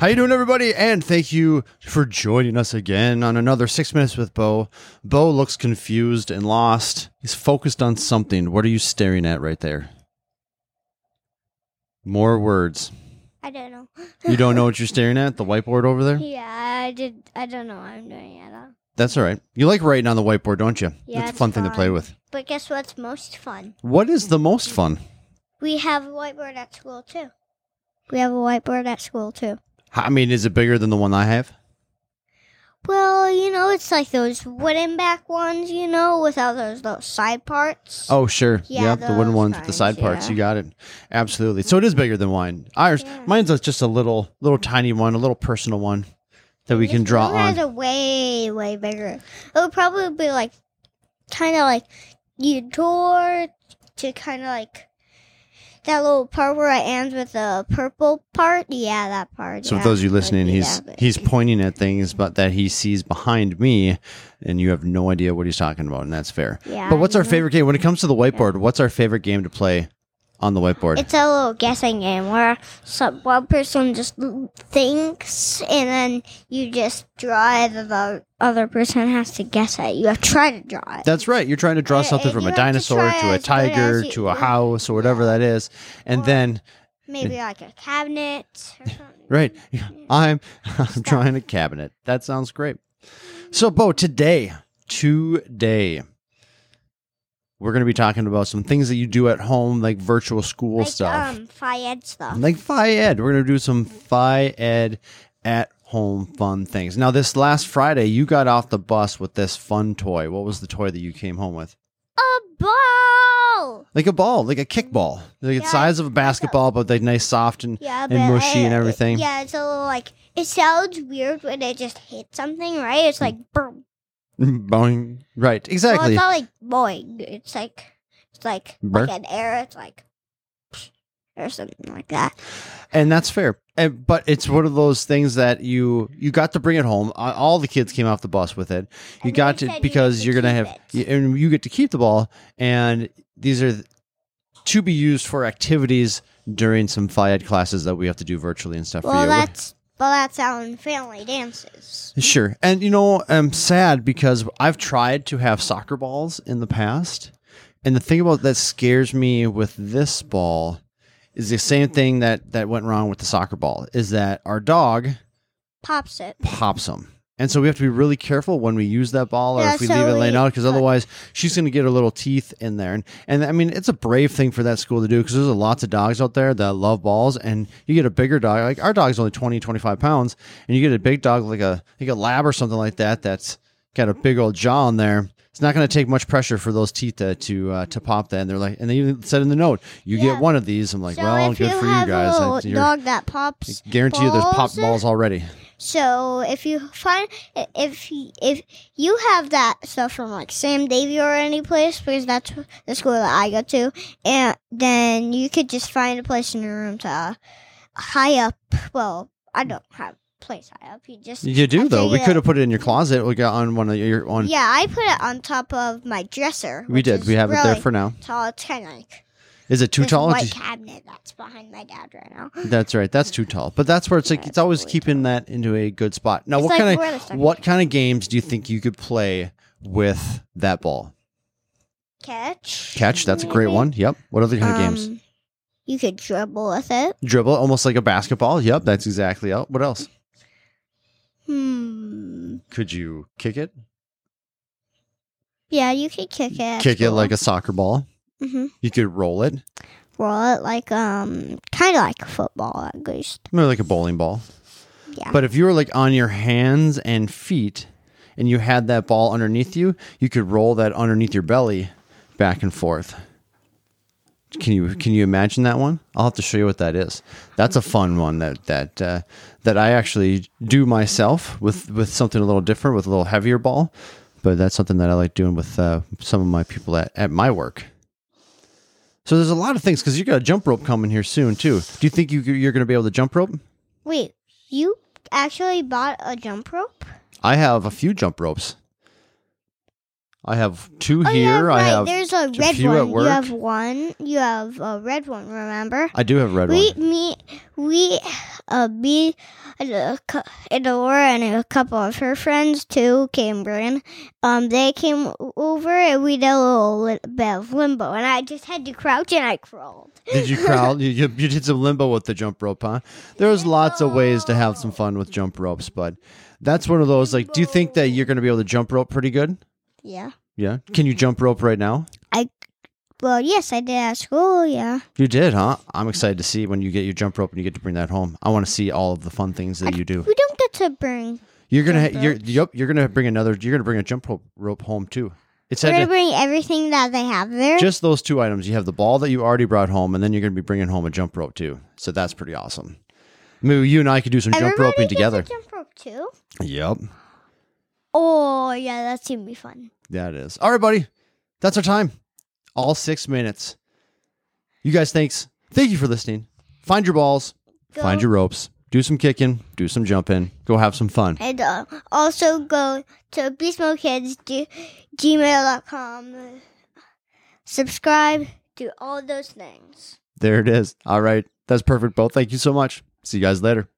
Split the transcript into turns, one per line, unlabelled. How you doing, everybody? And thank you for joining us again on another Six Minutes with Bo. Bo looks confused and lost. He's focused on something. What are you staring at right there? More words.
I don't know.
You don't know what you're staring at? The whiteboard over there?
Yeah, I did. I don't know what I'm doing at all.
That's all right. You like writing on the whiteboard, don't you?
Yeah,
it's a
it's
fun, thing to
fun.
play with.
But guess what's most fun?
What is the most fun?
We have a whiteboard at school too. We have a whiteboard at school too.
I mean, is it bigger than the one I have?
Well, you know, it's like those wooden back ones, you know, without those little side parts.
Oh, sure.
Yeah,
yep, the wooden
those
ones with the
kinds,
side parts.
yeah.
You got it. Absolutely. So it is bigger than mine. Ours,
Yeah.
mine's a- just a little, little tiny one, a little personal one that we
This
can draw
one has
on.
a way, way bigger. It would probably be like, kind of like your door to kind of like that little part where it ends with the purple part. Yeah, that part.
So
yeah.
for those of you listening,
Would be
he's
that big.
he's pointing at things, but that he sees behind me, and you have no idea what he's talking about, and that's fair.
Yeah,
But what's
you
our
know.
favorite game when it comes to the whiteboard? What's our favorite game to play on the whiteboard?
It's a little guessing game where some one person just thinks and then you just draw it. and The other person has to guess it. You have to try to draw it.
That's right. You're trying to draw
Uh,
something
uh,
from
you
a
have to
dinosaur
try
to a
as good as
tiger
you-
to a
yeah.
house or whatever that is, and
Or-
then
Maybe like a cabinet or something.
Right. I'm, I'm drawing a cabinet. That sounds great. So, Bo, today, today, we're going to be talking about some things that you do at home, like virtual school
Like,
stuff,
Um, Fayed stuff.
like Phi Ed. We're going to do some Phi Ed at home fun things. Now, this last Friday, you got off the bus with this fun toy. What was the toy that you came home with?
a ball.
Like a ball, like a kickball, like the
Yeah,
size of a basketball, but like nice, soft, and
Yeah,
And mushy and
I-
everything.
yeah, it's a little like it sounds weird when it just hits something, right?
Hmm.
It's like boom.
boing. Right, exactly.
Well, it's not like boing. It's like it's like
Burr.
like an air. It's like or something like that.
and that's fair. And, but it's one of those things that you you got to bring it home. Uh, All the kids came off the bus with it. You
And they
got
said
to
you
because
get
you
to
are gonna
keep
have y- and you get to keep the ball. And these are th- to be used for activities during some FIAD classes that we have to do virtually and stuff for
Well,
you.
that's well, that's how in family dances.
Sure. And you know, I'm sad because I've tried to have soccer balls in the past. And the thing about that scares me with this ball is the same thing that that went wrong with the soccer ball is that our dog
Pops it.
pops them. And so we have to be really careful when we use that ball or
Yeah,
if we
so
leave it laying
we-
out because otherwise she's going to get her little teeth in there. And, and I mean, it's a brave thing for that school to do because there's lots of dogs out there that love balls. And you get a bigger dog, like our dog's only 20, 25 pounds, and you get a big dog like a, like a lab or something like that that's got a big old jaw in there. It's not going to take much pressure for those teeth to to, uh, to pop that. And they're like, and they even said in the note, you
Yeah.
get one of these. I'm like,
so
well,
if
good
you
for you
have
guys.
a
I-
little
you're-
dog that pops,
guarantee you there's
balls-
pop balls already.
So if you find if if you have that stuff from like Sam Davy or any place because that's the school that I go to, and then you could just find a place in your room to uh, high up. Well, I don't have a place high up. You just
You do
I'll
though.
tell
We
you
could
that-
have put it in your closet. We got on one of your on.
yeah, I put it on top of my dresser.
we
which
did.
is
We have it there
really
for now.
tall. It's kind of like
Is it too
this
tall?
white
Just-
cabinet that's behind my dad right now.
That's right. That's too tall. But that's where it's like
Yeah,
it's
it's
always
really
keeping that into a good spot. Now,
It's
what
like
kind
where the
of
sun
what kind of games do you think you could play with that ball?
Catch.
Catch. That's a great
maybe?
one. Yep. What other kind of games?
Um, You could dribble with it.
Dribble, almost like a basketball. Yep. That's exactly. It. What else?
Hmm.
Could you kick it?
Yeah, you could kick it.
kick it like a soccer ball.
hmm
You could roll it,
roll it like um kind of like football at least.
maybe like a bowling ball.
Yeah.
But if you were like on your hands and feet and you had that ball underneath you, you could roll that underneath your belly back and forth. Can you can you imagine that one? I'll have to show you what that is. That's a fun one that that uh, that I actually do myself with with something a little different with a little heavier ball, but that's something that I like doing with uh, some of my people at, at my work. So there's a lot of things because you got a jump rope coming here soon too. Do you think you you're going to be able to jump rope?
Wait, you actually bought a jump rope?
I have a few jump ropes. I have two
Oh,
here.
yeah, right.
I have.
There's a
a
red
few at
one. You
work.
have one. You have a red one. Remember?
I do have a red
we
one.
me we uh, me and a, cou- and Laura and a couple of her friends too came in. Um, they came over and we did a little li- bit of limbo, and I just had to crouch and I crawled.
Did you crowd? you, you, you did some limbo with the jump rope, huh? There's lots of ways to have some fun with jump ropes, but that's one of those. Like, do you think that you're going to be able to jump rope pretty good?
Yeah.
Yeah. Can you jump rope right now?
Well, yes, I did at school. Yeah.
You did, huh? I'm excited to see when you get your jump rope and you get to bring that home. I want to see all of the fun things that you do.
We don't get to bring.
You're gonna,
Jump
you're, yep, you're gonna bring another. You're gonna bring a jump rope, rope home too. It's
We're
had
gonna
to,
bring everything that they have there.
just those two items. You have the ball that you already brought home, and then you're gonna be bringing home a jump rope too. So that's pretty awesome. Maybe you and I could do some jump
Everybody
roping
gets a
together.
Jump rope too.
Yep,
Oh yeah, that's gonna be fun.
that is all right, buddy. That's our time. All six minutes. You guys, thanks. Thank you for listening. Find your balls. Find
Go-
your ropes. Do some kicking. Do some jumping. Go have some fun.
And uh, also go to BeastmodeKids gmail.com. Subscribe, do all those things.
There it is. All right. That's perfect, Bo. Thank you so much. See you guys later.